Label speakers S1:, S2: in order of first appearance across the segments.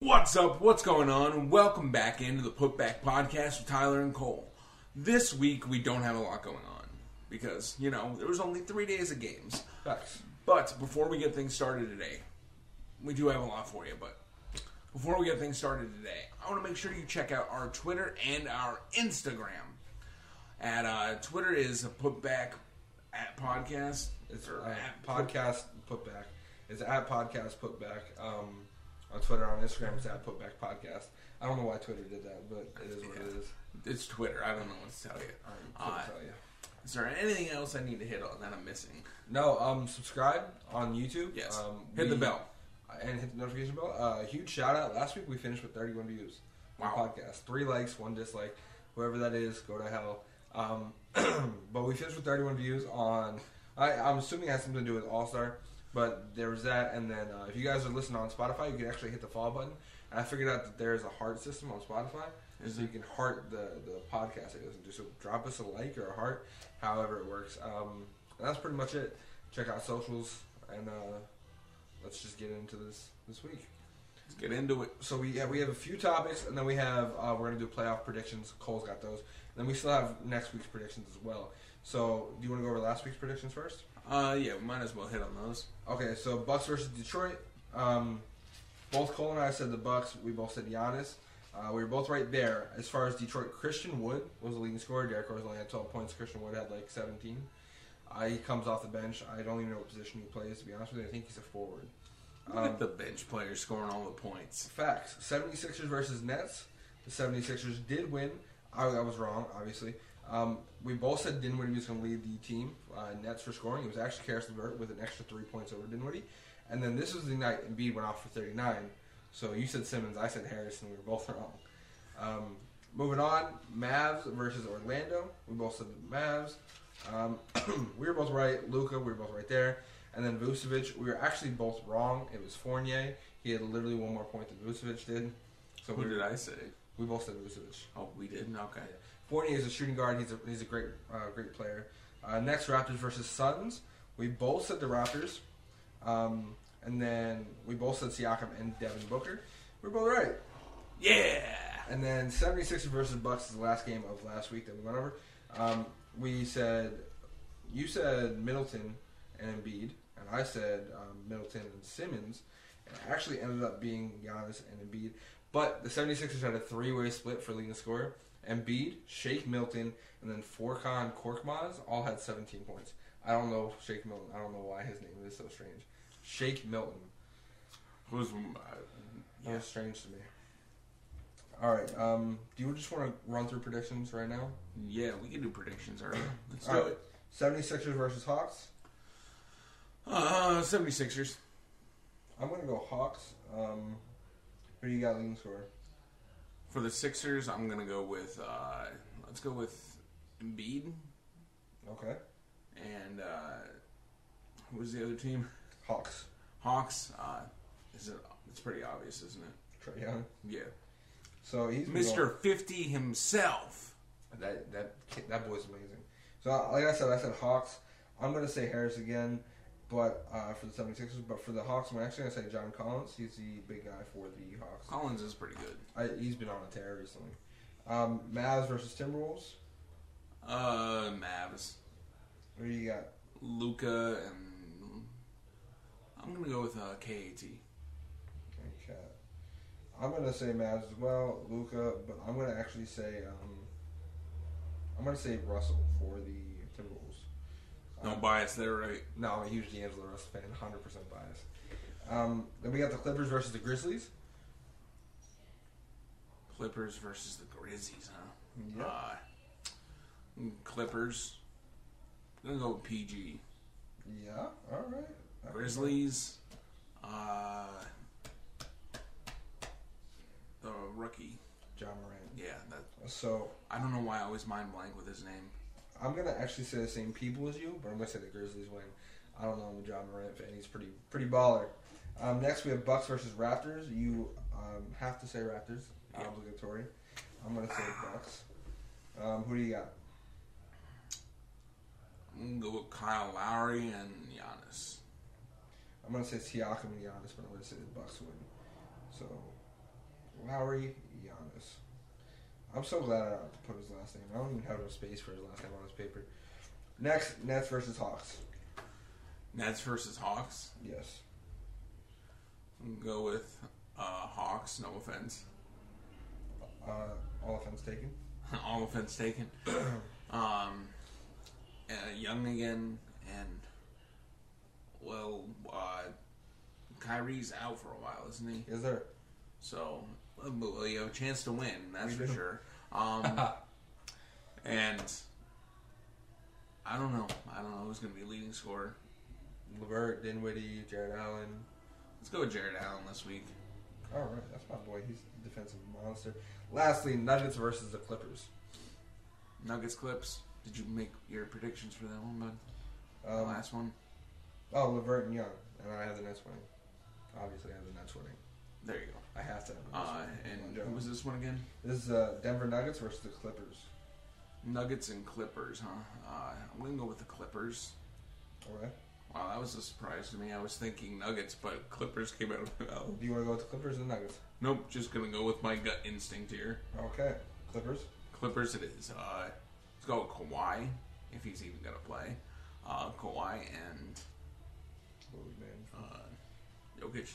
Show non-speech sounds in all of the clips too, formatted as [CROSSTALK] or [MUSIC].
S1: What's up? What's going on? Welcome back into the Putback Podcast with Tyler and Cole. This week we don't have a lot going on because, you know, there was only three days of games.
S2: Facts.
S1: But before we get things started today, we do have a lot for you, but before we get things started today, I want to make sure you check out our Twitter and our Instagram. At uh, Twitter is putback at podcast. It's or
S2: Uh,
S1: at pod-
S2: podcast putback is at podcast putback. Um, on Twitter, on Instagram, it's at putback podcast. I don't know why Twitter did that, but it is what it is.
S1: it's Twitter. I don't know what to tell you.
S2: I couldn't
S1: Uh,
S2: tell you.
S1: is there anything else I need to hit on that I'm missing?
S2: No, um, subscribe on YouTube.
S1: Yes.
S2: Um,
S1: Hit the
S2: we-
S1: bell.
S2: Uh, and hit the notification bell. Uh, huge shout out! Last week we finished with 31 views. on the
S1: Wow.
S2: Podcast three likes, one dislike. Whoever that is, go to hell. Um, [CLEARS THROAT] but we finished with 31 views on. I, I'm assuming it has something to do with All Star, but there was that. And then uh, if you guys are listening on Spotify, you can actually hit the follow button. And I figured out that there is a heart system on Spotify,
S1: Is
S2: so you can heart the the podcast that goes into. So drop us a like or a heart, however it works. Um, and that's pretty much it. Check out socials and. Uh, let's just get into this this week.
S1: Let's get into it.
S2: So we yeah, we have a few topics, and then we have uh, we're gonna do playoff predictions. Cole's got those. And then we still have next week's predictions as well. So do you want to go over last week's predictions first?
S1: Uh, yeah, we might as well hit on those.
S2: Okay, so Bucks versus Detroit. Um, both Cole and I said the Bucks. We both said Giannis. Uh, we were both right there. As far as Detroit, Christian Wood was the leading scorer. Derrick Rose only had 12 points. Christian Wood had like 17. Uh, he comes off the bench. I don't even know what position he plays. To be honest with you, I think he's a forward.
S1: Look at the bench players scoring all the points.
S2: Facts. 76ers versus Nets. The 76ers did win. I, I was wrong, obviously. Um, we both said Dinwiddie was going to lead the team. Uh, Nets for scoring. It was actually Karis LeVert with an extra three points over Dinwiddie. And then this was the night Embiid went off for 39. So you said Simmons, I said Harris, and we were both wrong. Um, moving on, Mavs versus Orlando. We both said the Mavs. Um, [CLEARS THROAT] we were both right. Luca, we were both right there. And then Vucevic, we were actually both wrong. It was Fournier. He had literally one more point than Vucevic did. So
S1: Who
S2: we,
S1: did I say?
S2: we both said Vucevic.
S1: Oh, we didn't. Okay.
S2: Fournier is a shooting guard. He's a he's a great uh, great player. Uh, next, Raptors versus Suns. We both said the Raptors, um, and then we both said Siakam and Devin Booker. We We're both right.
S1: Yeah.
S2: And then 76ers versus Bucks is the last game of last week that we went over. Um, we said, you said Middleton and Embiid, and I said um, Middleton and Simmons. And it actually ended up being Giannis and Embiid. But the 76ers had a three way split for leading scorer. Embiid, Shake Milton, and then Forkon Korkmaz all had 17 points. I don't know Shake Milton. I don't know why his name is so strange. Shake Milton.
S1: Who's? uh,
S2: That was strange to me. All right. Um, do you just want to run through predictions right now?
S1: yeah, we can do predictions early. Let's
S2: All
S1: do
S2: right.
S1: it.
S2: 76ers versus Hawks.
S1: Uh, 76ers.
S2: I'm going to go Hawks. Um, who do you got leading scorer?
S1: For the Sixers, I'm gonna go with. Uh, let's go with Embiid
S2: Okay.
S1: and uh, who was the other team?
S2: Hawks.
S1: Hawks. Uh, is it? It's pretty obvious, isn't it?
S2: Trae Young.
S1: Yeah.
S2: So he's been going-
S1: Mr. 50 himself.
S2: That that kid, that boy's amazing. So uh, like I said, I said Hawks. I'm gonna say Harris again, but uh, for the 76ers. But for the Hawks, I'm actually gonna say John Collins. He's the big guy for the Hawks.
S1: Collins is pretty good.
S2: I, he's been on a tear recently. Um, Mavs versus Timberwolves.
S1: Uh, Mavs.
S2: Who do you got?
S1: Luca and I'm gonna go with uh, KAT.
S2: Okay. I'm gonna say Mavs as well, Luca, but I'm gonna actually say um, I'm gonna say Russell for the Timberwolves.
S1: No
S2: Um,
S1: bias there, right?
S2: no, I'm a huge D'Angelo Russell fan, 100 percent biased. Um, then we got the Clippers versus the Grizzlies.
S1: Clippers versus the Grizzlies, huh? Uh, Clippers. I'm gonna go with PG.
S2: Yeah. All right.
S1: Grizzlies. Uh, the rookie.
S2: John Morant.
S1: Yeah, that.
S2: So
S1: I don't know why I always mind blank with his name.
S2: I'm gonna actually say the same people as you, but I'm gonna say the Grizzlies win. I don't know. I'm a John Morant fan. He's pretty pretty baller. Um, next we have Bucks versus Raptors. You um, have to say Raptors,
S1: Yeah.
S2: obligatory. I'm gonna say Bucks. Um, who do you got?
S1: I'm gonna go with Kyle Lowry and Giannis.
S2: I'm gonna say Siakam and Giannis, but I'm gonna say the Bucks win. So Lowry Giannis. I'm so glad I don't have to put his last name. I don't even have no space for his last name on his paper. Next, Nets versus Hawks.
S1: Nets versus Hawks.
S2: Yes.
S1: I'm gonna Go with uh, Hawks. No offense. [LAUGHS]
S2: Uh, all offense taken.
S1: All offense
S2: [CLEARS THROAT]
S1: taken. um, uh, young again, and well, uh, Kyrie's out for a while, isn't he?
S2: Is there?
S1: So uh, but we have a chance to win. That's for
S2: We do.
S1: sure.
S2: [LAUGHS]
S1: Um, and I don't know. I don't know who's gonna be leading scorer.
S2: Levert, Dinwiddie, Jared Allen.
S1: Let's go with Jared Allen this week.
S2: All right, that's my boy. He's a defensive monster. Lastly, Nuggets versus the Clippers.
S1: Nuggets clips. Did you make your predictions for that one, bud? the
S2: Um,
S1: last one.
S2: oh, Levert and Young, and I have the Nets winning. Obviously, I have the Nets winning.
S1: There you go.
S2: I have to. Have the Nets
S1: Uh,
S2: winning.
S1: and
S2: No
S1: who
S2: joke.
S1: was this one again?
S2: this is uh, Denver Nuggets versus the Clippers.
S1: Nuggets and Clippers, huh? Uh, I'm gonna go with the Clippers.
S2: All right.
S1: Wow, that was a surprise to me. I was thinking Nuggets, but Clippers came out. Well,
S2: Do you want to go with the Clippers or the Nuggets?
S1: nope, just gonna go with my gut instinct here.
S2: Okay, Clippers.
S1: Clippers, it is. Uh, let's go with Kawhi if he's even gonna play. Uh, Kawhi and
S2: Ooh, man.
S1: uh, Jokic.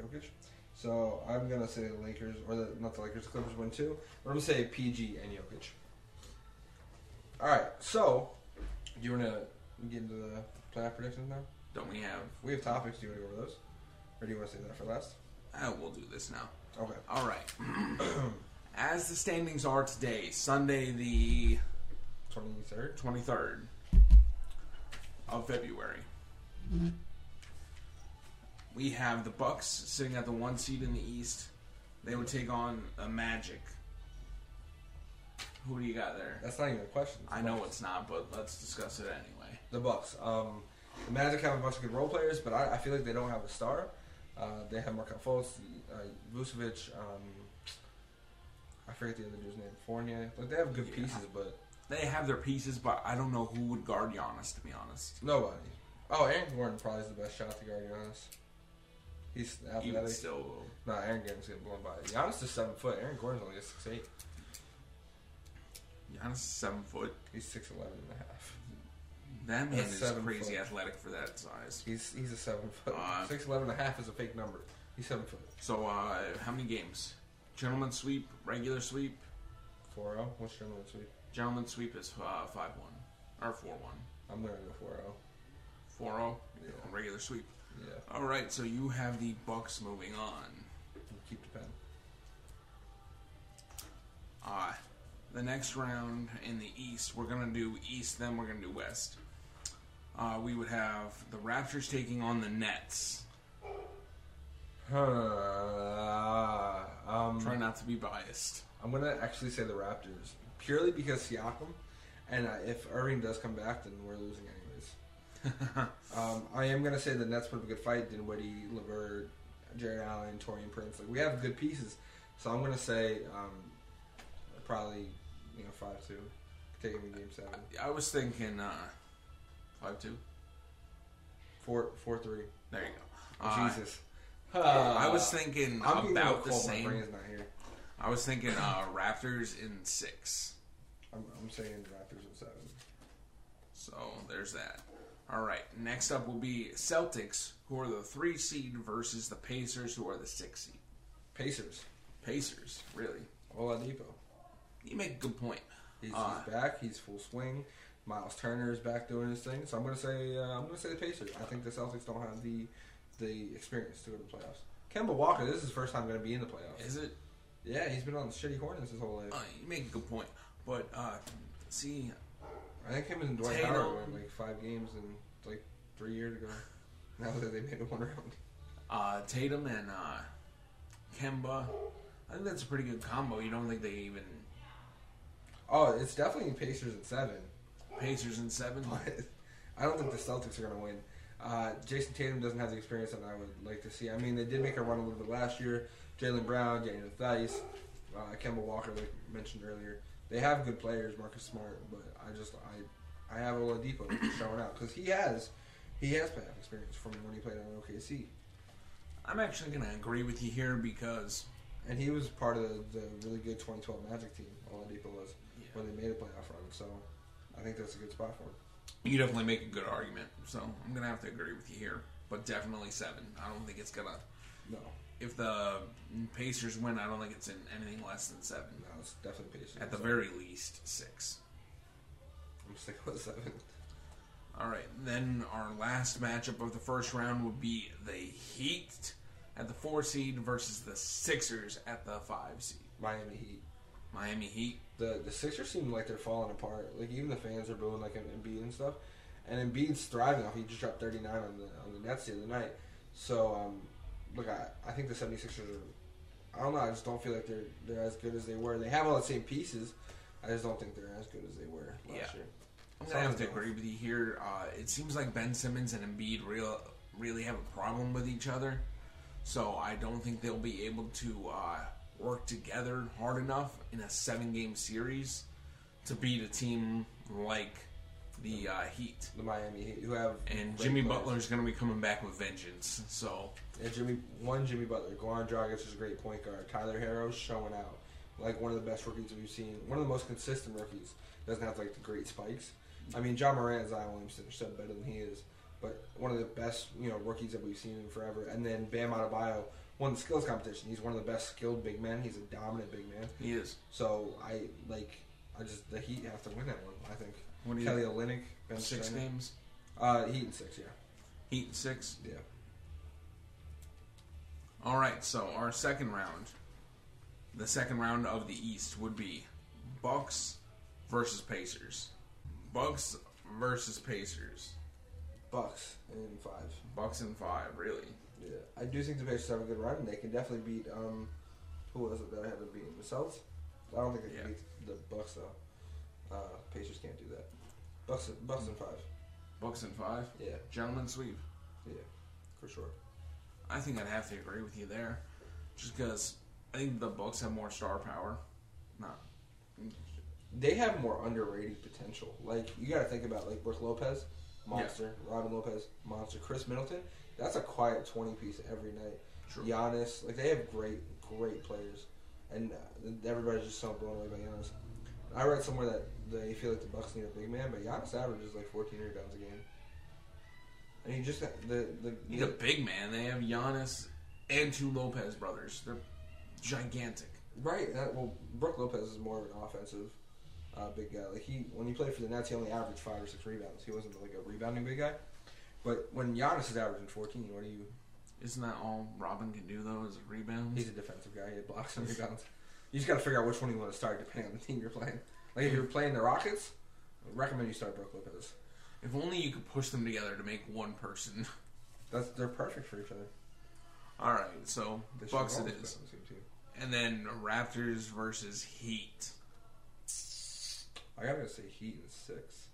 S2: Jokic. So I'm gonna say the Lakers or the not the Lakers, Clippers win too. But I'm gonna say PG and Jokic. All right. So do you wanna get into the playoff predictions now?
S1: Don't we have?
S2: We have topics. Do you wanna go over those, or do you wanna save that for last?
S1: Uh, we'll do this now.
S2: Okay. [CLEARS THROAT]
S1: All right. [CLEARS THROAT] As the standings are today, Sunday the
S2: Twenty third.
S1: 23rd of February. We have the Bucks sitting at the one seed in the East. They would take on the Magic. Who do you got there?
S2: That's not even a question. It's
S1: I
S2: the
S1: know
S2: Bucks.
S1: it's not, but let's discuss it anyway.
S2: the Bucks. Um, the Magic have a bunch of good role players, but I, I feel like they don't have a star. Uh, they have Markel Fultz, uh, Vucevic. Um, I forget the other dude's name. Fournier. Like they have good
S1: Yeah.
S2: pieces, but
S1: They have their pieces, but I don't know who would guard Giannis. To be honest,
S2: Nobody. Oh, Aaron Gordon probably is the best shot to guard Giannis. He's
S1: even
S2: athletic.
S1: still,
S2: No, Aaron Gordon's getting blown by. Giannis is seven foot. Aaron Gordon's only six eight.
S1: Giannis is seven foot.
S2: He's six eleven and a half.
S1: That man
S2: That's
S1: is
S2: seven
S1: crazy
S2: foot.
S1: athletic for that size.
S2: He's he's a seven foot.
S1: Uh,
S2: six eleven and a half is a fake number. He's seven foot.
S1: So, uh, how many games? Gentleman sweep, regular sweep.
S2: Four zero. What's your number this week?
S1: Gentlemen sweep is uh, 5 1 or 4 1.
S2: I'm gonna go four zero.
S1: 4 0,
S2: Yeah.
S1: oh? regular sweep.
S2: Yeah.
S1: All right, so you have the Bucks moving on.
S2: You keep the pen.
S1: Uh, the next round in the East, we're going to do East, then we're going to do West. Uh, we would have the Raptors taking on the Nets.
S2: Huh. Um,
S1: Try not to be biased. [LAUGHS]
S2: I'm gonna actually say the Raptors purely because Siakam, and uh, if Irving does come back, then we're losing anyways. um, I am gonna say the Nets put up a good fight. Dinwiddie, Levert, Jared Allen, Torian Prince. Like we have good pieces, so I'm gonna say um, probably you know five two, taking the game seven,
S1: I was thinking uh, 5 2.
S2: four four three.
S1: There you go. Uh,
S2: Oh, Jesus,
S1: I was thinking
S2: I'm getting a
S1: about the
S2: cold. My brain
S1: same.
S2: is not here.
S1: I was thinking uh, Raptors in 6.
S2: I'm, I'm saying Raptors in seven.
S1: So there's that. All right. Next up will be Celtics, who are the three seed, versus the Pacers, who are the six seed.
S2: Pacers,
S1: Pacers, really.
S2: Oladipo.
S1: You make a good point.
S2: He's,
S1: Uh,
S2: he's back. He's full swing. Miles Turner is back doing his thing. So I'm gonna say uh, I'm gonna say the Pacers. I think the Celtics don't have the the experience to go to the playoffs. Kemba Walker, this is his first time gonna be in the playoffs.
S1: Is it?
S2: Yeah, he's been on the shitty Hornets his whole life.
S1: Uh, you make a good point. But uh, see,
S2: I think him and Dwight
S1: Tatum.
S2: Howard won like five games in like three years ago. Now that they made it one round.
S1: uh, Tatum and uh, Kemba. I think that's a pretty good combo. You don't think they even
S2: Oh, it's definitely Pacers at seven.
S1: Pacers in seven?
S2: But I don't think the Celtics are going to win. Uh, Jason Tatum doesn't have the experience that I would like to see. I mean, they did make a run a little bit last year. Jalen Brown, Daniel Theis, uh, Kemba Walker, like mentioned earlier, they have good players. Marcus Smart, but I just I I have Oladipo showing out because he has he has playoff experience from when he played on OKC.
S1: I'm actually going to agree with you here because
S2: and he was part of the, the really good 2012 Magic team. Oladipo was
S1: Yeah.
S2: when they made a playoff run. So I think that's a good spot for him.
S1: You definitely make a good argument, so I'm gonna have to agree with you here. But definitely seven. I don't think it's gonna.
S2: No,
S1: If the Pacers win, I don't think it's in anything less than seven.
S2: no, it's definitely Pacers.
S1: At the
S2: So
S1: very least, six.
S2: I'm sticking with seven.
S1: All right, then our last matchup of the first round would be the Heat at the four seed versus the Sixers at the five seed.
S2: Miami Heat.
S1: Miami Heat.
S2: the the Sixers seem like they're falling apart. Like even the fans are booing like Embiid and stuff, and Embiid's thriving off. He just dropped 39 on the on the Nets the other night. So um, look, I, I think the 76ers are. I don't know. I just don't feel like they're they're as good as they were. They have all the same pieces. I just don't think they're as good as they were last
S1: Yeah.
S2: year.
S1: I'm gonna have to
S2: Sounds
S1: agree with you here. Uh, it seems like Ben Simmons and Embiid real, really have a problem with each other, so I don't think they'll be able to uh, work together hard enough in a seven-game series to beat a team like the uh, Heat.
S2: The Miami Heat, who have
S1: And
S2: great
S1: Jimmy
S2: players.
S1: Butler's gonna be coming back with vengeance. So
S2: Yeah, Jimmy one Jimmy Butler, Goran Dragic is a great point guard. Tyler Harrow's showing out, like one of the best rookies we've seen, one of the most consistent rookies. Doesn't have like the great spikes. I mean, John Moran and Zion Williamson are so better than he is, but one of the best you know rookies that we've seen in forever. And then Bam Adebayo won the skills competition. He's one of the best skilled big men. He's a dominant big man.
S1: he is.
S2: So I like I just the Heat have to win that one. I think
S1: What do you
S2: Kelly Olynyk, Ben
S1: six
S2: Stein-
S1: games?
S2: uh, Heat in six, yeah,
S1: Heat and six.
S2: yeah.
S1: All right, so our second round, the second round of the East would be Bucks versus Pacers. Bucks versus Pacers.
S2: Bucks in five.
S1: Bucks in five, really.
S2: Yeah, I do think the Pacers have a good run. and They can definitely beat um, who was it that I had to beat themselves. I don't think they can
S1: Yeah.
S2: beat the Bucks though. Uh, Pacers can't do that. Bucks, Bucks in five.
S1: Bucks in five.
S2: Yeah,
S1: Gentlemen sweep.
S2: yeah, for sure.
S1: I think I'd have to agree with you there, just because I think the Bucks have more star power. Not
S2: They have more underrated potential. Like you got to think about like Brooke Lopez, monster. Robin Lopez, monster. Chris Middleton, that's a quiet twenty piece every night.
S1: true.
S2: Giannis, like they have great, great players, and uh, everybody's just so blown away by Giannis. I read somewhere that they feel like the Bucks need a big man, but Giannis averages like 14 rebounds a game, and he just got the the,
S1: He's a big man. They have Giannis and two Lopez brothers. They're gigantic.
S2: right. That, well, Brooke Lopez is more of an offensive uh, big guy. Like he, when he played for the Nets, he only averaged five or six rebounds. He wasn't like a rebounding big guy. But when Giannis is averaging 14, what do you?
S1: Isn't that all Robin can do though? Is rebounds?
S2: He's a defensive guy. He blocks and rebounds. You just got to figure out which one you want to start depending on the team you're playing. Like if you're playing the Rockets, I recommend you start Brooke Lopez.
S1: If only you could push them together to make one person. [LAUGHS]
S2: That's they're perfect for each other.
S1: All right, so
S2: They should
S1: Bucks it
S2: always
S1: is,
S2: play on the same team.
S1: and then Raptors versus Heat.
S2: I gotta say Heat in six.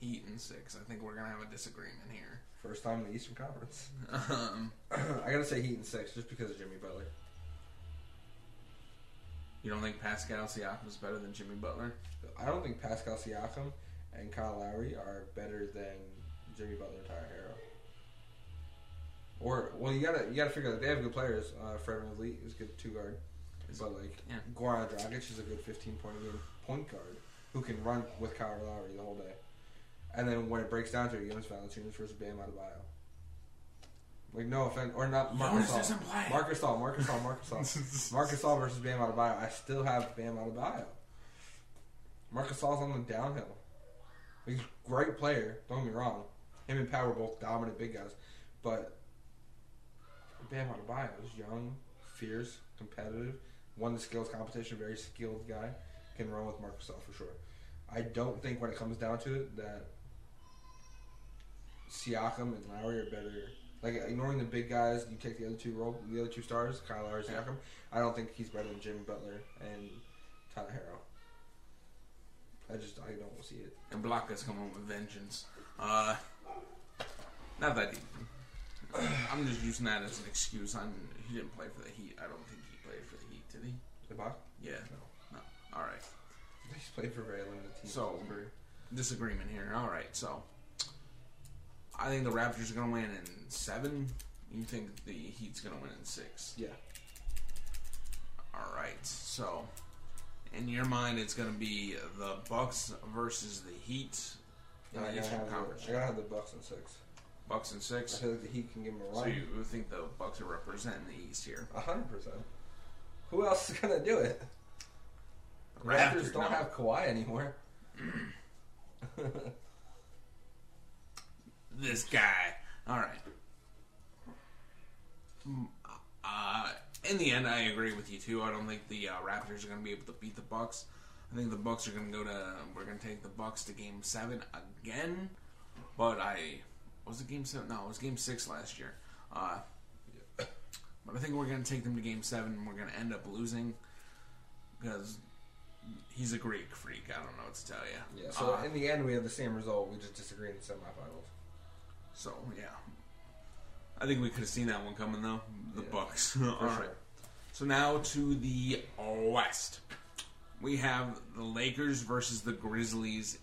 S1: Heat and six. I think we're gonna have a disagreement here. [LAUGHS]
S2: First time in the Eastern Conference. [COUGHS]
S1: Um,
S2: I gotta say Heat in six just because of Jimmy Butler.
S1: you don't think Pascal Siakam is better than Jimmy Butler?
S2: I don't think Pascal Siakam and Kyle Lowry are better than Jimmy Butler and Tyler Harrow. Or well, you gotta you gotta figure out they have good players. Uh, Fred VanVleet is a good two guard,
S1: Is-
S2: but like
S1: yeah.
S2: Goran Dragic is a good fifteen point a game point guard who can run with Kyle Lowry the whole day. And then when it breaks down to it, Jonas Valanciunas versus Bam Adebayo. Like no offense, or not Marcus
S1: Jonas
S2: All,
S1: doesn't play.
S2: Marcus All, Marcus All, Marcus All. Marcus All versus Bam Adebayo. I still have Bam Adebayo. Marcus All's on the downhill. He's a great player. Don't get me wrong. Him and Pat were both dominant big guys, but Bam Adebayo is young, fierce, competitive. Won the skills competition. Very skilled guy. Can run with Marcus All for sure. I don't think when it comes down to it that Siakam and Lowry are better. Like ignoring the big guys, you take the other two role, the other two stars, Kyle Lowry, Siakam. I don't think he's better than Jimmy Butler and Tyler Harrow. I just I don't see it.
S1: And Block is coming with vengeance. Uh, not that he. I'm just using that as an excuse. I'm, he didn't play for the Heat. I don't think he played for the Heat, did he?
S2: Ibaka,
S1: Yeah. No. All right.
S2: [LAUGHS] he's played for very limited teams.
S1: So- disagreement here. All right, so I think the Raptors are going to win in seven. You think the Heat's going to win in six?
S2: yeah,
S1: All right. So, in your mind, it's going to be the Bucks versus the Heat in the
S2: I gotta,
S1: Eastern
S2: have
S1: Conference.
S2: the, I gotta have the Bucks in six.
S1: Bucks and
S2: I
S1: six.
S2: feel like the Heat can give them a
S1: So
S2: run.
S1: you think the Bucks are representing the East here?
S2: A hundred percent. Who else is gonna do it? The Raptors don't
S1: no.
S2: have Kawhi anymore.
S1: this guy. All right. Hmm, Uh, in the end, I agree with you too. I don't think the uh, Raptors are going to be able to beat the Bucks. I think the Bucks are going to go to. We're going to take the Bucks to Game Seven again. But I was it Game Seven? No, it was Game Six last year. Uh, but I think we're going to take them to Game Seven. and We're going to end up losing because he's a Greek freak. I don't know what to tell you.
S2: Yeah. So
S1: Uh,
S2: in the end, we have the same result. We just disagree in the semifinals.
S1: So yeah, I think we could have seen that one coming though. The
S2: Yeah.
S1: Bucks. [LAUGHS] All right.
S2: For sure.
S1: So now to the West, we have the Lakers versus the Grizzlies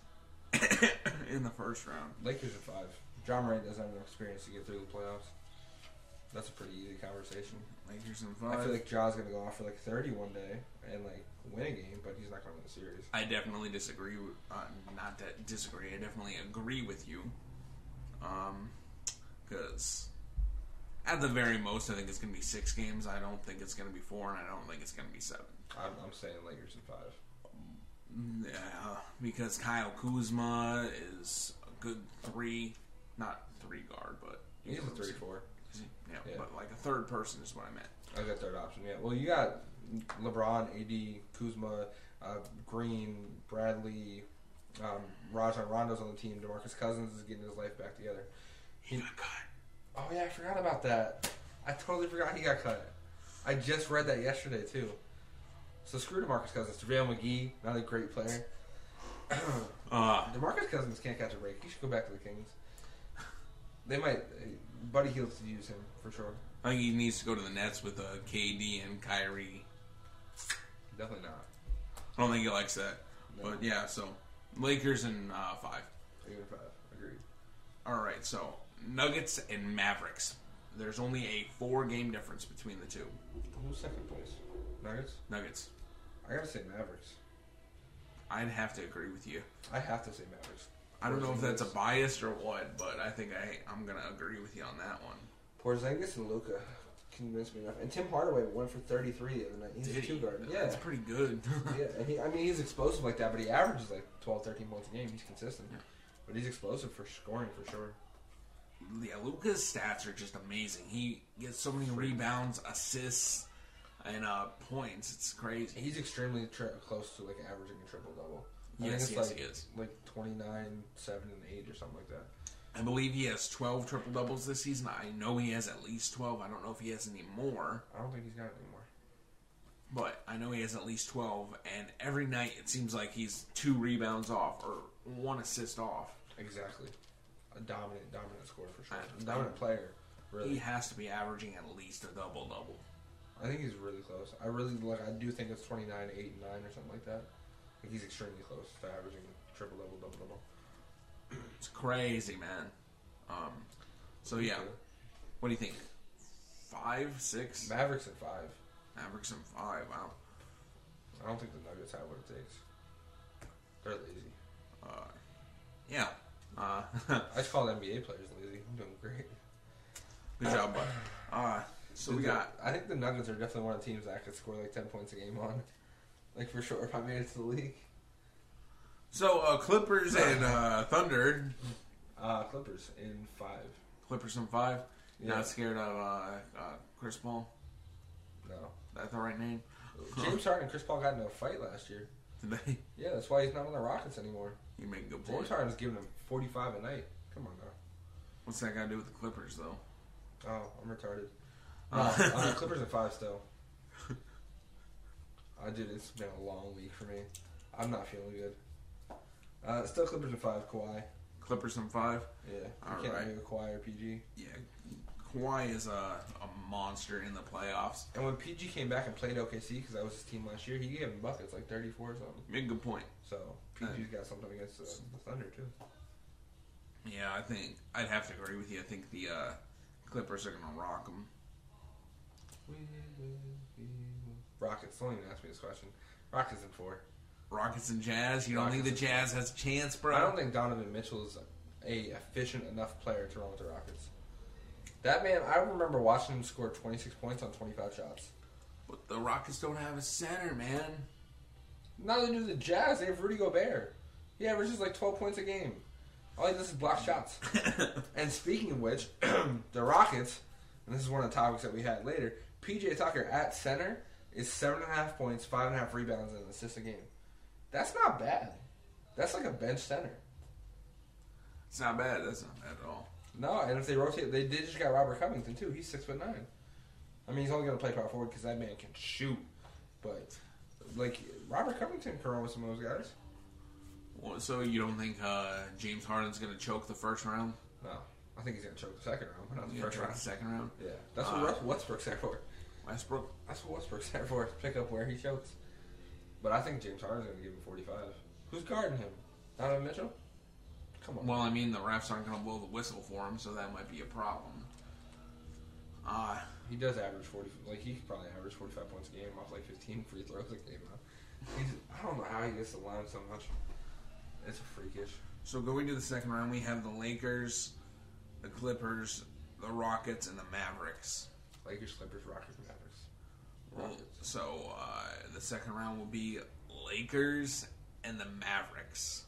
S1: [COUGHS] in the first round.
S2: Lakers at five. John Morant doesn't have enough experience to get through the playoffs. That's a pretty easy conversation.
S1: Lakers in
S2: I
S1: five.
S2: feel like Ja's gonna go off for like 30 one day and like win a game, but he's not gonna win the series.
S1: I definitely disagree. With, uh, not that disagree. I definitely agree with you. Um, because at the very most, I think it's going to be six games. I don't think it's going to be four, and I don't think it's going to be seven.
S2: I'm, I'm saying Lakers in five.
S1: Yeah, because Kyle Kuzma is a good three, not three guard, but
S2: He's a three four.
S1: Yeah,
S2: Yeah.
S1: but like a third person is what I meant.
S2: I got third option. Yeah. Well, you got LeBron, AD, Kuzma, uh, Green, Bradley, um, Rajon Rondo's on the team. DeMarcus Cousins is getting his life back together.
S1: He got cut.
S2: Oh yeah, I forgot about that. I totally forgot he got cut. I just read that yesterday too. So screw DeMarcus Cousins. JaVale McGee, not a great player.
S1: Uh,
S2: DeMarcus Cousins can't catch a break. He should go back to the Kings. They might. uh, Buddy Hield should use him for sure.
S1: I think he needs to go to the Nets with uh, KD and Kyrie.
S2: Definitely not.
S1: I don't think he likes that.
S2: No.
S1: But yeah, so Lakers and uh, five.
S2: Eight and five. Agreed.
S1: All right, so Nuggets and Mavericks. There's only a four game difference between the two.
S2: Who's second place? Nuggets.
S1: Nuggets.
S2: I gotta say Mavericks.
S1: I'd have to agree with you.
S2: I have to say Mavericks.
S1: I don't know if that's a
S2: Porzingis-
S1: bias or what, but I think I I'm gonna agree with you on that one.
S2: Porzingis and Luca convinced me enough. And Tim Hardaway went for 33 the other night. He's
S1: Did
S2: a
S1: he?
S2: two guard. Yeah.
S1: that's pretty good. [LAUGHS]
S2: yeah, and he, I mean, he's explosive like that, but he averages like 12, 13 points a game. He's consistent. But he's explosive for scoring for sure.
S1: yeah, Luca's stats are just amazing. He gets so many rebounds, assists, and uh, points. It's crazy.
S2: He's extremely tri- close to like averaging a triple double.
S1: Yes, yes,
S2: like,
S1: he is.
S2: Like 29, 7, and 8 or something like that.
S1: I believe he has 12 triple doubles this season. I know he has at least 12. I don't know if he has any more,
S2: I don't think he's got it anymore.
S1: but I know he has at least 12. And every night it seems like he's two rebounds off or one assist off.
S2: Exactly. A dominant, dominant scorer for sure.
S1: I-
S2: A dominant player, really.
S1: He has to be averaging at least a double double.
S2: I think he's really close. I really like. I do think it's 29, 8, and 9 or something like that. I think he's extremely close to averaging triple double, double double.
S1: It's crazy, man. Um, so yeah, what do you think? Five, six,
S2: Mavericks at five.
S1: Mavericks and five. Wow.
S2: I don't think the Nuggets have what it takes. They're lazy.
S1: Uh, Yeah. Uh, [LAUGHS]
S2: I just call NBA players lazy. I'm doing great.
S1: good job, bud. Uh, so we
S2: The-
S1: got
S2: I think the Nuggets are definitely one of the teams that I could score like 10 points a game on. Like for sure, if I made it to the league.
S1: so uh, Clippers and uh, Thunder.
S2: Uh, Clippers in five.
S1: Clippers and five.
S2: Yeah.
S1: Not scared of uh, uh, Chris Paul.
S2: No.
S1: That's the right name. [LAUGHS]
S2: James Harden and Chris Paul got into a fight last year.
S1: Today,
S2: Yeah, that's why he's not on the Rockets anymore.
S1: you make a good
S2: James
S1: point.
S2: Harden's giving him 45 a night. Come on now.
S1: What's that got to do with the Clippers, though?
S2: Oh, I'm retarded. No, uh, Clippers in five still. Uh, dude, it's been a long week for me. I'm not feeling good. Uh, still Clippers in five, Kawhi.
S1: Clippers and five.
S2: Yeah,
S1: All
S2: you can't
S1: right.
S2: make a Kawhi or PG.
S1: Yeah, Kawhi is a, a monster in the playoffs.
S2: And when PG came back and played OKC because that was his team last year, he gave him buckets like 34 or something.
S1: You make a good point.
S2: So PG's got something against uh, the Thunder too.
S1: Yeah, I think I'd have to agree with you. I think the uh, Clippers are going to rock them.
S2: We will, we will. Rockets. Don't even ask me this question. Rockets in four.
S1: Rockets and Jazz. You don't think the
S2: Rockets and-
S1: Jazz has a chance, bro?
S2: I don't think Donovan Mitchell is a efficient enough player to run with the Rockets. That man, I remember watching him score 26 points on 25 shots.
S1: But the Rockets don't have a center, man.
S2: Neither do the Jazz. They have Rudy Gobert. He averages like 12 points a game. All he does is block shots. and speaking of which, [CLEARS THROAT] the Rockets, and this is one of the topics that we had later, PJ Tucker at center is 7.5 points, 5.5 rebounds, and an assist a game. That's not bad. That's like a bench center.
S1: It's not bad. That's not bad at all.
S2: No, and if they rotate, they did just got Robert Covington too. He's six foot nine. I mean, he's only going to play power forward because that man can shoot. But like Robert Covington can run with some of those guys.
S1: Well, so you don't think uh, James Harden's going to choke the first round?
S2: No, I think he's going to choke the second round, but not the
S1: Yeah,
S2: first
S1: choke
S2: round.
S1: the second round.
S2: Yeah, that's what
S1: Uh,
S2: Russ- Westbrook's there for.
S1: Westbrook.
S2: That's what Westbrook's there for. is Pick up where he chokes. But I think James Harden's going to give him forty-five. Who's guarding him? Donovan Mitchell. Come on.
S1: Well, I mean, the refs aren't going to blow the whistle for him, so that might be a problem. Uh,
S2: He does average forty. Like he could probably average forty-five points a game off like fifteen free throws a game. Huh? He's, I don't know how he gets the line so much. It's freakish.
S1: so going to the second round, we have the Lakers, the Clippers, the Rockets, and the Mavericks.
S2: Lakers, Clippers, Rockets, Mavericks. Rockets.
S1: So uh, the second round will be Lakers and the Mavericks.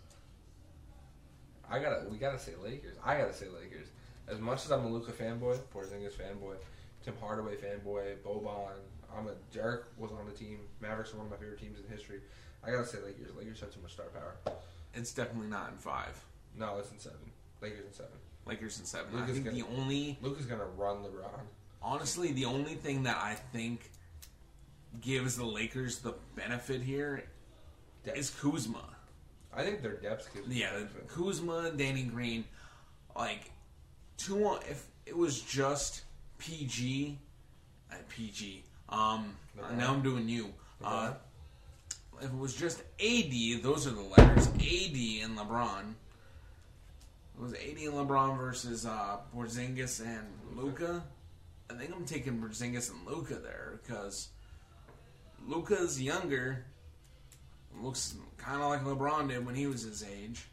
S2: I gotta. We gotta say Lakers. I gotta say Lakers. As much as I'm a Luca fanboy, Porzingis fanboy, Tim Hardaway fanboy, Boban, I'm a Derek was on the team. Mavericks are one of my favorite teams in history. I gotta say Lakers. Lakers have too much star power.
S1: It's definitely not in five.
S2: No, it's in seven. Lakers in seven.
S1: Lakers in seven. I
S2: Luka's
S1: think
S2: gonna-
S1: the only
S2: Luca's gonna run LeBron.
S1: honestly, the only thing that I think gives the Lakers the benefit here
S2: Depth.
S1: is Kuzma.
S2: I think their depth gives. them
S1: Yeah,
S2: benefit.
S1: Kuzma, Danny Green, like two. If it was just PG, uh, PG. Um,
S2: LeBron.
S1: now I'm doing you. Uh,
S2: LeBron.
S1: if it was just AD, those are the letters AD and LeBron. It was AD and LeBron versus uh, Porzingis and Luca. I think I'm taking Porzingis and Luca there because Luca's younger, looks kind of like LeBron did when he was his age.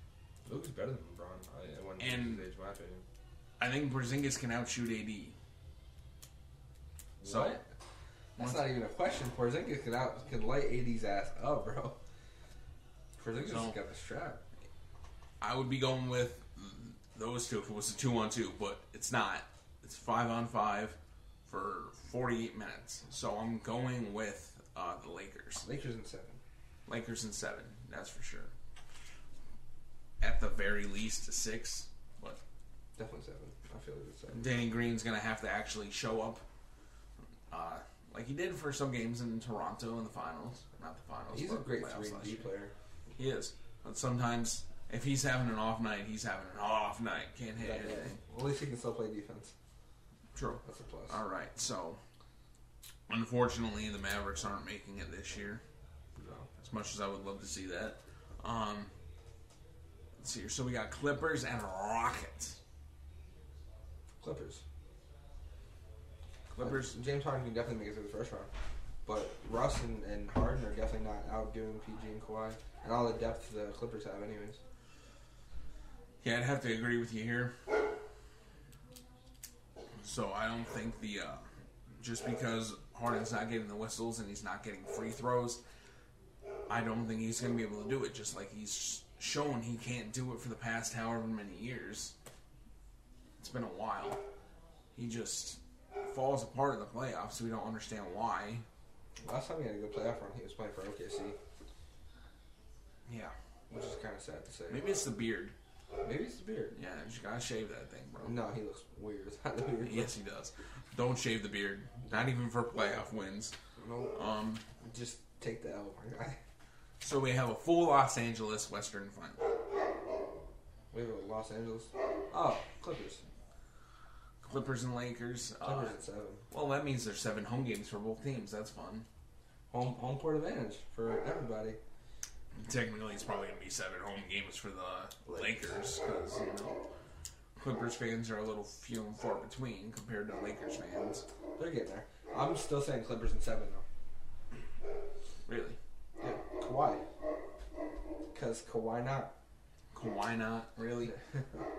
S2: Luca's better than LeBron. I, I wouldn't
S1: And-
S2: age, my opinion.
S1: I think Porzingis can outshoot AD. So-
S2: What? That's not even a question. Porzingis can out can light AD's ass up, bro. Porzingis
S1: So-
S2: got the strap.
S1: I would be going with those two if it was a two on two, but it's not. It's five on five for 48 minutes. So I'm going with uh, the Lakers.
S2: Lakers in seven.
S1: Lakers in seven, that's for sure. At the very least, a six. But
S2: Definitely seven. I feel like it's seven.
S1: Danny Green's going to have to actually show up uh, like he did for some games in Toronto in the finals. Not the finals.
S2: He's a
S1: but
S2: great
S1: playoffs
S2: three and
S1: last
S2: D
S1: year.
S2: player.
S1: He is. But sometimes, if he's having an off night, he's having an off night. Can't hit
S2: Yeah,
S1: anything.
S2: At least he can still play defense.
S1: True.
S2: That's a plus.
S1: All right. So, unfortunately, the Mavericks aren't making it this year.
S2: No.
S1: As much as I would love to see that. Um, let's see here. So we got Clippers and Rockets.
S2: Clippers.
S1: Clippers.
S2: James Harden can definitely make it through the first round. But Russ and, and Harden are definitely not outdoing PG and Kawhi and all the depth the Clippers have, anyways.
S1: Yeah, I'd have to agree with you here. So I don't think the uh, just because Harden's not getting the whistles and he's not getting free throws, I don't think he's going to be able to do it. Just like he's shown he can't do it for the past however many years. It's been a while. He just falls apart in the playoffs. We don't understand why.
S2: Last time he had a good playoff run, he was playing for OKC,
S1: Yeah,
S2: which is kind of sad to say.
S1: maybe it's the beard.
S2: Maybe it's the beard.
S1: Yeah, you just gotta shave that thing, bro.
S2: No, he looks weird. [LAUGHS] Not the beard.
S1: Yes, he does. Don't shave the beard. Not even for playoff wins.
S2: No,
S1: Um,
S2: just take the L, my guy. [LAUGHS]
S1: so we have a full Los Angeles Western final.
S2: We have a Los Angeles. Oh, Clippers.
S1: Clippers and Lakers. Uh,
S2: Clippers at seven.
S1: well, that means there's seven home games for both teams. That's fun.
S2: Home home court advantage for everybody.
S1: Technically, it's probably gonna be seven home games for the Lakers because you know Clippers fans are a little few and far between compared to Lakers fans.
S2: They're getting there. I'm still saying Clippers in seven though.
S1: Really?
S2: Yeah, Kawhi. Because Kawhi not. [LAUGHS]
S1: Kawhi not? Really?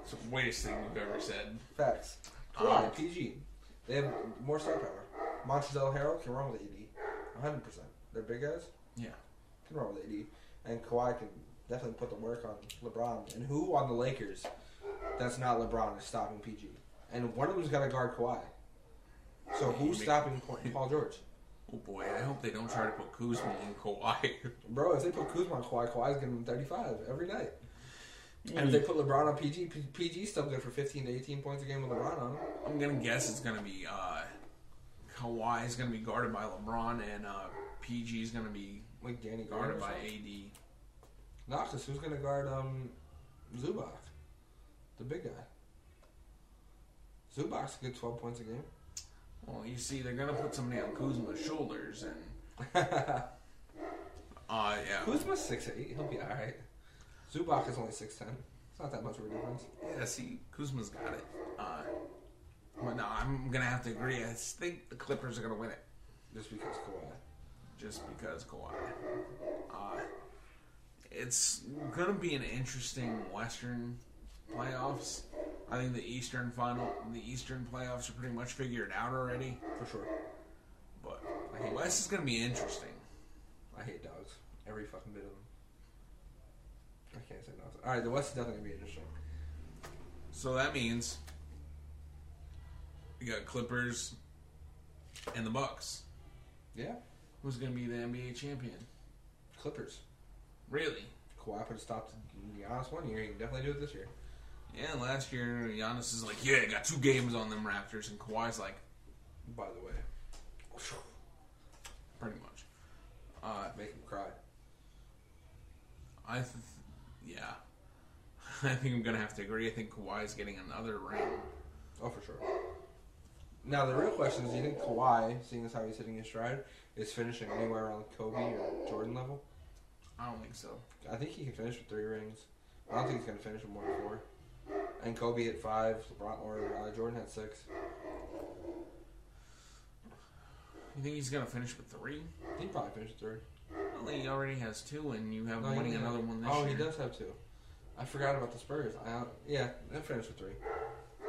S1: It's the weirdest thing we've ever said.
S2: Facts. Kawhi,
S1: Um,
S2: PG. They have more star power. Montrezl Harrell can run with AD. 100%. They're big guys.
S1: Yeah.
S2: Can run with AD. And Kawhi can definitely put the work on LeBron. And who on the Lakers that's not LeBron is stopping PG? And one of them's got to guard Kawhi. So who's stopping Pa- Paul George?
S1: Oh boy, I hope they don't try to put Kuzma in Kawhi.
S2: Bro, if they put Kuzma on Kawhi, Kawhi's giving him 35 every night. And if they
S1: Hmm.
S2: put LeBron on PG, P- PG's still good for 15 to 18 points a game with LeBron on him.
S1: I'm gonna guess it's gonna be uh, Kawhi is gonna be guarded by LeBron and uh, PG is gonna be
S2: Like Danny
S1: guarded
S2: Gardner. or
S1: by
S2: something.
S1: AD.
S2: Noctis, who's gonna guard um Zubac, the big guy? Zubac's a good twelve points a game.
S1: Well, you see, they're gonna put somebody on Kuzma's shoulders, and
S2: [LAUGHS]
S1: uh, yeah,
S2: Kuzma's six eight, he'll be all right. Zubac is only six ten. It's not that much of a difference.
S1: yeah. See, Kuzma's got it. Uh, but no, I'm gonna have to agree. I think the Clippers are gonna win it
S2: Just because Kawhi.
S1: just because Kawhi. Uh, it's gonna be an interesting Western playoffs. I think the Eastern final, the Eastern playoffs are pretty much figured out already.
S2: For sure.
S1: But
S2: I hate
S1: West is gonna be interesting.
S2: I hate dogs. Every fucking bit of them. I can't say nothing. Alright, the West is definitely gonna be interesting.
S1: So that means you got Clippers and the Bucks.
S2: Yeah.
S1: Who's gonna be the NBA champion?
S2: Clippers.
S1: Really?
S2: Kawhi put a stop to Giannis one year, he can definitely do it this year.
S1: Yeah. Last year, Giannis is like, "Yeah, I got two games on them Raptors," and Kawhi's like,
S2: By the way. [SIGHS]
S1: "Pretty much." Uh,
S2: Make him cry.
S1: I, th- yeah, [LAUGHS] I think I'm gonna have to agree. I think Kawhi's getting another ring.
S2: Oh, for sure. Now the real question is: Do you think Kawhi, seeing as how he's hitting his stride, is finishing anywhere around Kobe or Jordan level?
S1: I don't think so.
S2: I think he can finish with three rings. I don't think he's going to finish with more than four. And Kobe hit five. LeBron or uh, Jordan had six.
S1: You think he's gonna finish with three?
S2: He probably finished with three.
S1: I think he already has two, and you have
S2: No,
S1: him
S2: he
S1: winning
S2: didn't.
S1: another one this
S2: oh,
S1: year.
S2: he does have two. I forgot about the Spurs. I don't- yeah, they finished with three.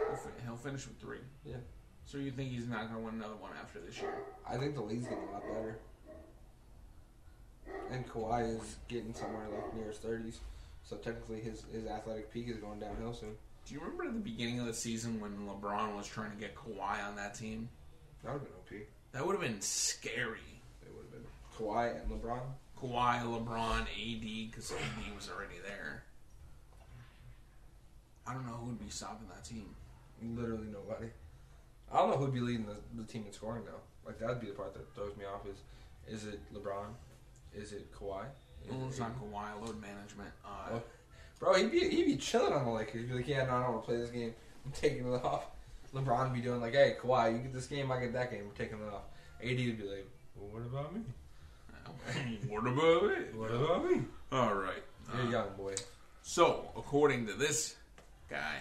S1: He'll, fin- he'll finish with three.
S2: Yeah.
S1: So you think he's not gonna win another one after this year?
S2: I think the league's getting a lot better. And Kawhi is getting somewhere like near his thirties, so technically his his athletic peak is going downhill soon.
S1: Do you remember at the beginning of the season when LeBron was trying to get Kawhi on that team?
S2: That would have been OP.
S1: That would have been scary.
S2: It would have been Kawhi and LeBron.
S1: Kawhi, LeBron, AD, because AD was already there. I don't know who would be stopping that team.
S2: Literally nobody. I don't know who'd be leading the, the team in scoring though. Like that'd be the part that throws me off. Is is it LeBron? Is it Mm, Kawhi? Is
S1: Well, it's
S2: it
S1: not
S2: Aiden?
S1: Kawhi. Load management. Uh,
S2: Well, Bro, he'd be he'd be chilling on the Lakers. He'd be like, yeah, no, I don't want to play this game. I'm taking it off. LeBron would be doing like, hey, Kawhi, you get this game, I get that game. We're taking it off. AD would be like, well, what about me?
S1: [LAUGHS] what about it?
S2: Oh. What about me?
S1: All right.
S2: You're
S1: Uh,
S2: young boy.
S1: So, according to this guy,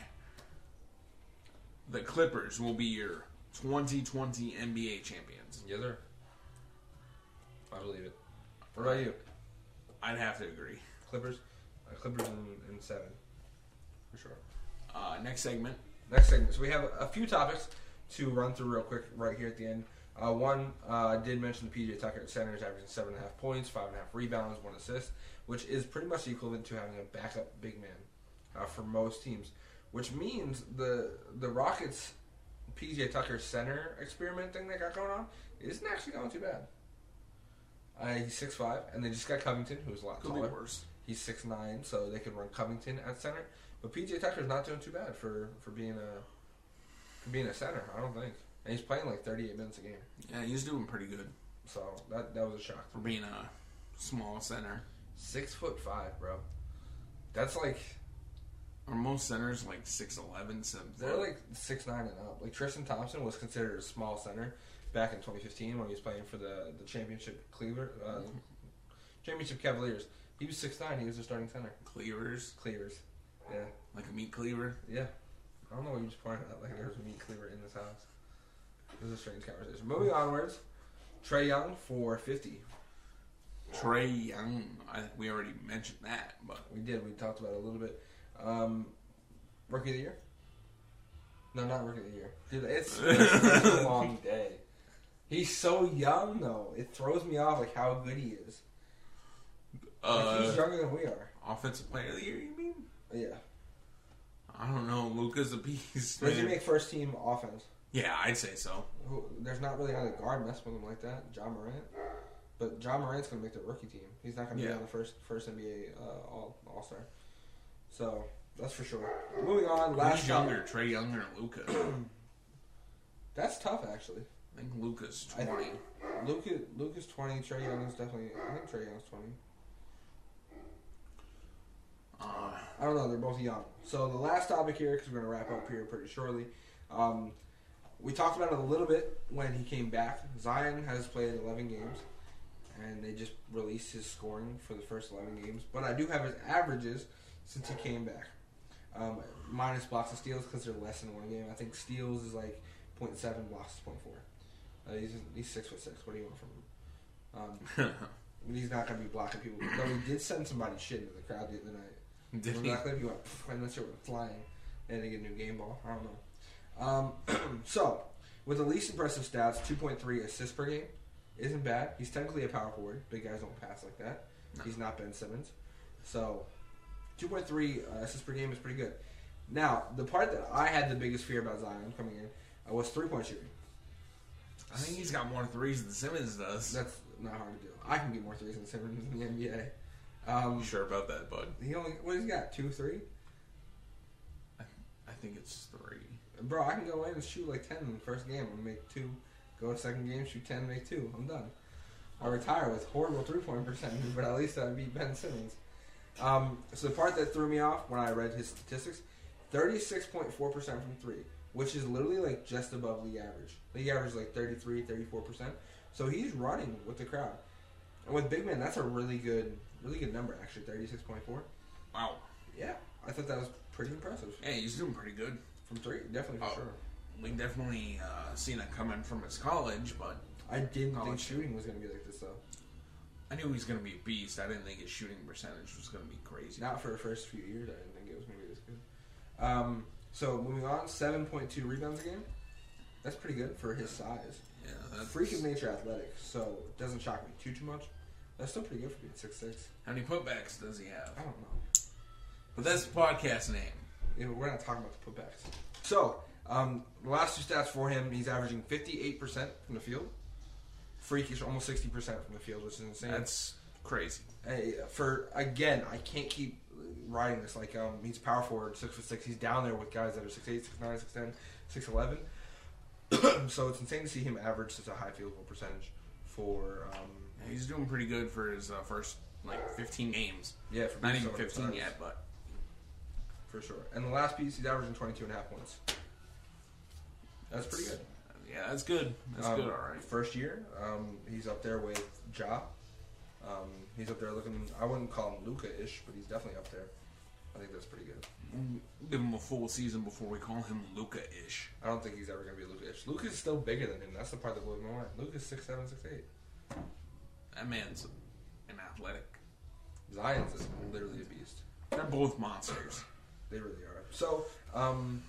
S1: the Clippers will be your 2020 NBA champions.
S2: Yes, sir. I believe it. What about you?
S1: I'd have to agree.
S2: Clippers, uh, Clippers in, in seven, for sure.
S1: Uh, next segment.
S2: Next segment. So we have a few topics to run through real quick right here at the end. Uh, one uh, did mention the PJ Tucker at center is averaging seven and a half points, five and a half rebounds, one assist, which is pretty much equivalent to having a backup big man uh, for most teams. Which means the the Rockets PJ Tucker center experiment thing they got going on isn't actually going too bad. Uh, he's six five, and they just got Covington, who's a lot
S1: Could be
S2: taller.
S1: worse.
S2: He's six nine, so they could run Covington at center. But PJ Tucker's not doing too bad for, for being a for being a center. I don't think, and he's playing like thirty eight minutes a game.
S1: Yeah, he's doing pretty good
S2: So that that was a shock.
S1: for being a small center.
S2: Six foot five, bro. That's like
S1: Or most centers like 6'11", 7
S2: they're like six nine and up. Like Tristan Thompson was considered a small center back in 2015 when he was playing for the the championship Cleaver, uh, championship Cavaliers. He was six nine. He was a starting center.
S1: cleavers,
S2: Cleavers, yeah.
S1: like a meat cleaver.
S2: Yeah. I don't know what you just pointed out. Like, there's a meat cleaver in this
S1: Mm-hmm.
S2: house. This is a strange conversation. Moving onwards, Trey Young for 50.
S1: Trey Young. I, we already mentioned that, but
S2: We did. We talked about it a little bit. Um, rookie of the year? No, not rookie of the year. Dude, it's,
S1: [LAUGHS]
S2: it's a long day. He's so young though. It throws me off like how good he is. Like, he's
S1: uh,
S2: younger than we are.
S1: offensive player of the year. You mean?
S2: Yeah.
S1: I don't know. Luca's a beast.
S2: Does he
S1: Man.
S2: make first team offense?
S1: Yeah, I'd say so.
S2: Who, there's not really another guard mess with him like that. John Morant, but John Morant's gonna make the rookie team. He's not gonna be
S1: Yeah.
S2: on the first first NBA uh, All All Star. So that's for sure. Moving on. Last
S1: Who's
S2: year-
S1: younger, Trey Young or Luca?
S2: [CLEARS THROAT]
S1: I
S2: That's tough actually.
S1: think Luca's
S2: I-
S1: twenty.
S2: Luke is, Luke is twenty. Trey Young is definitely. I think Trey Young's twenty.
S1: Uh, [LAUGHS]
S2: I don't know. They're both young. So the last topic here, because we're gonna wrap up here pretty shortly. Um, we talked about it a little bit when he came back. Zion has played 11 games, and they just released his scoring for the first 11 games. But I do have his averages since he came back. Um, minus blocks and steals because they're less than one game. I think steals is like 0.7, blocks is 0.4. Uh, he's he's six foot six. What do you want from him? Um, and he's not gonna be blocking people. Though he did send somebody shit into the crowd the other night.
S1: did
S2: Remember
S1: he?
S2: that clip? You went, "Pff," and that shit went flying. They had to get a new game ball. I don't know. Um, [CLEARS THROAT] so, with the least impressive stats, 2.3 assists per game isn't bad. He's technically a power forward. Big guys don't pass like that. He's not Ben Simmons. So, 2.3 uh, assists per game is pretty good. Now, the part that I had the biggest fear about Zion coming in uh, was three point shooting.
S1: I think he's got more threes than Simmons does.
S2: That's not hard to do. I can get more threes than Simmons in the NBA.
S1: I'm
S2: Um,
S1: sure about that, bud.
S2: he only what he's got two, three.
S1: I think it's three.
S2: Bro, I can go in and shoot like ten in the first game and make two. Go to second game, shoot ten, make two. I'm done. I retire with horrible three point percentage, but at least I beat Ben Simmons. Um, so the part that threw me off when I read his statistics, thirty six point four percent from three, which is literally like just above league average. League average is like 33, 34 percent. So he's running with the crowd, and with big man, that's a really good, really good number actually, thirty six point four.
S1: Wow.
S2: Yeah, I thought that was pretty impressive
S1: Hey, he's doing pretty good.
S2: from three, definitely for
S1: Oh.
S2: sure.
S1: We definitely uh, seen it coming from his college, but
S2: I didn't think
S1: College.
S2: shooting was going to be like this though.
S1: I knew he was going to be a beast. I didn't think his shooting percentage was going to be crazy.
S2: Not for the first few years. I didn't think it was going to be this good. Um, so moving on, seven point two rebounds a game. That's pretty good for his size.
S1: Yeah, that's,
S2: Freak of nature, athletic, so it doesn't shock me too too much. That's still pretty good for being six six.
S1: How many putbacks does he have?
S2: I don't know.
S1: But that's the podcast name.
S2: Yeah, but we're not talking about the putbacks. So um, the last two stats for him, he's averaging fifty eight percent from the field. Freak is almost sixty percent from the field, which is insane.
S1: That's crazy.
S2: Hey, for again, I can't keep riding this. Like, um, he's a power forward, six foot six. He's down there with guys that are six eight, six nine, six ten, six eleven. [CLEARS THROAT] so it's insane to see him average such a high field goal percentage for um,
S1: He's doing pretty good for his uh, first like 15 games.
S2: yeah, for
S1: Not even
S2: Minnesota
S1: 15
S2: Stars,
S1: yet, but
S2: for sure. And the last piece, he's averaging twenty two and a half points. That's pretty good.
S1: yeah, that's good. That's
S2: Um,
S1: good. All right.
S2: First year, um, he's up there with Ja. Um, he's up there looking. I wouldn't call him Luca-ish, but he's definitely up there. I think that's pretty good.
S1: Give him a full season before we call him Luca-ish.
S2: I don't think he's ever gonna be Luka. Luke is still bigger than him. That's the part that blew me away. Luke is six seven, six eight.
S1: That man's an athletic.
S2: Zion's is literally a beast.
S1: They're both monsters.
S2: They really are. So, um,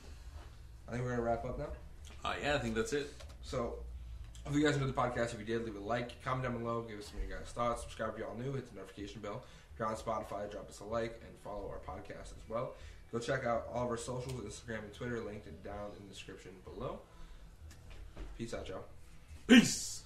S2: I think we're gonna wrap up now.
S1: Uh, yeah, I think that's it.
S2: So, if you guys enjoyed the podcast, if you did, leave a like, comment down below, give us some of your guys' thoughts, subscribe if y'all new, hit the notification bell. If you're on Spotify, drop us a like and follow our podcast as well. Go check out all of our socials, Instagram and Twitter, linked down in the description below. Peace out, y'all.
S1: Peace.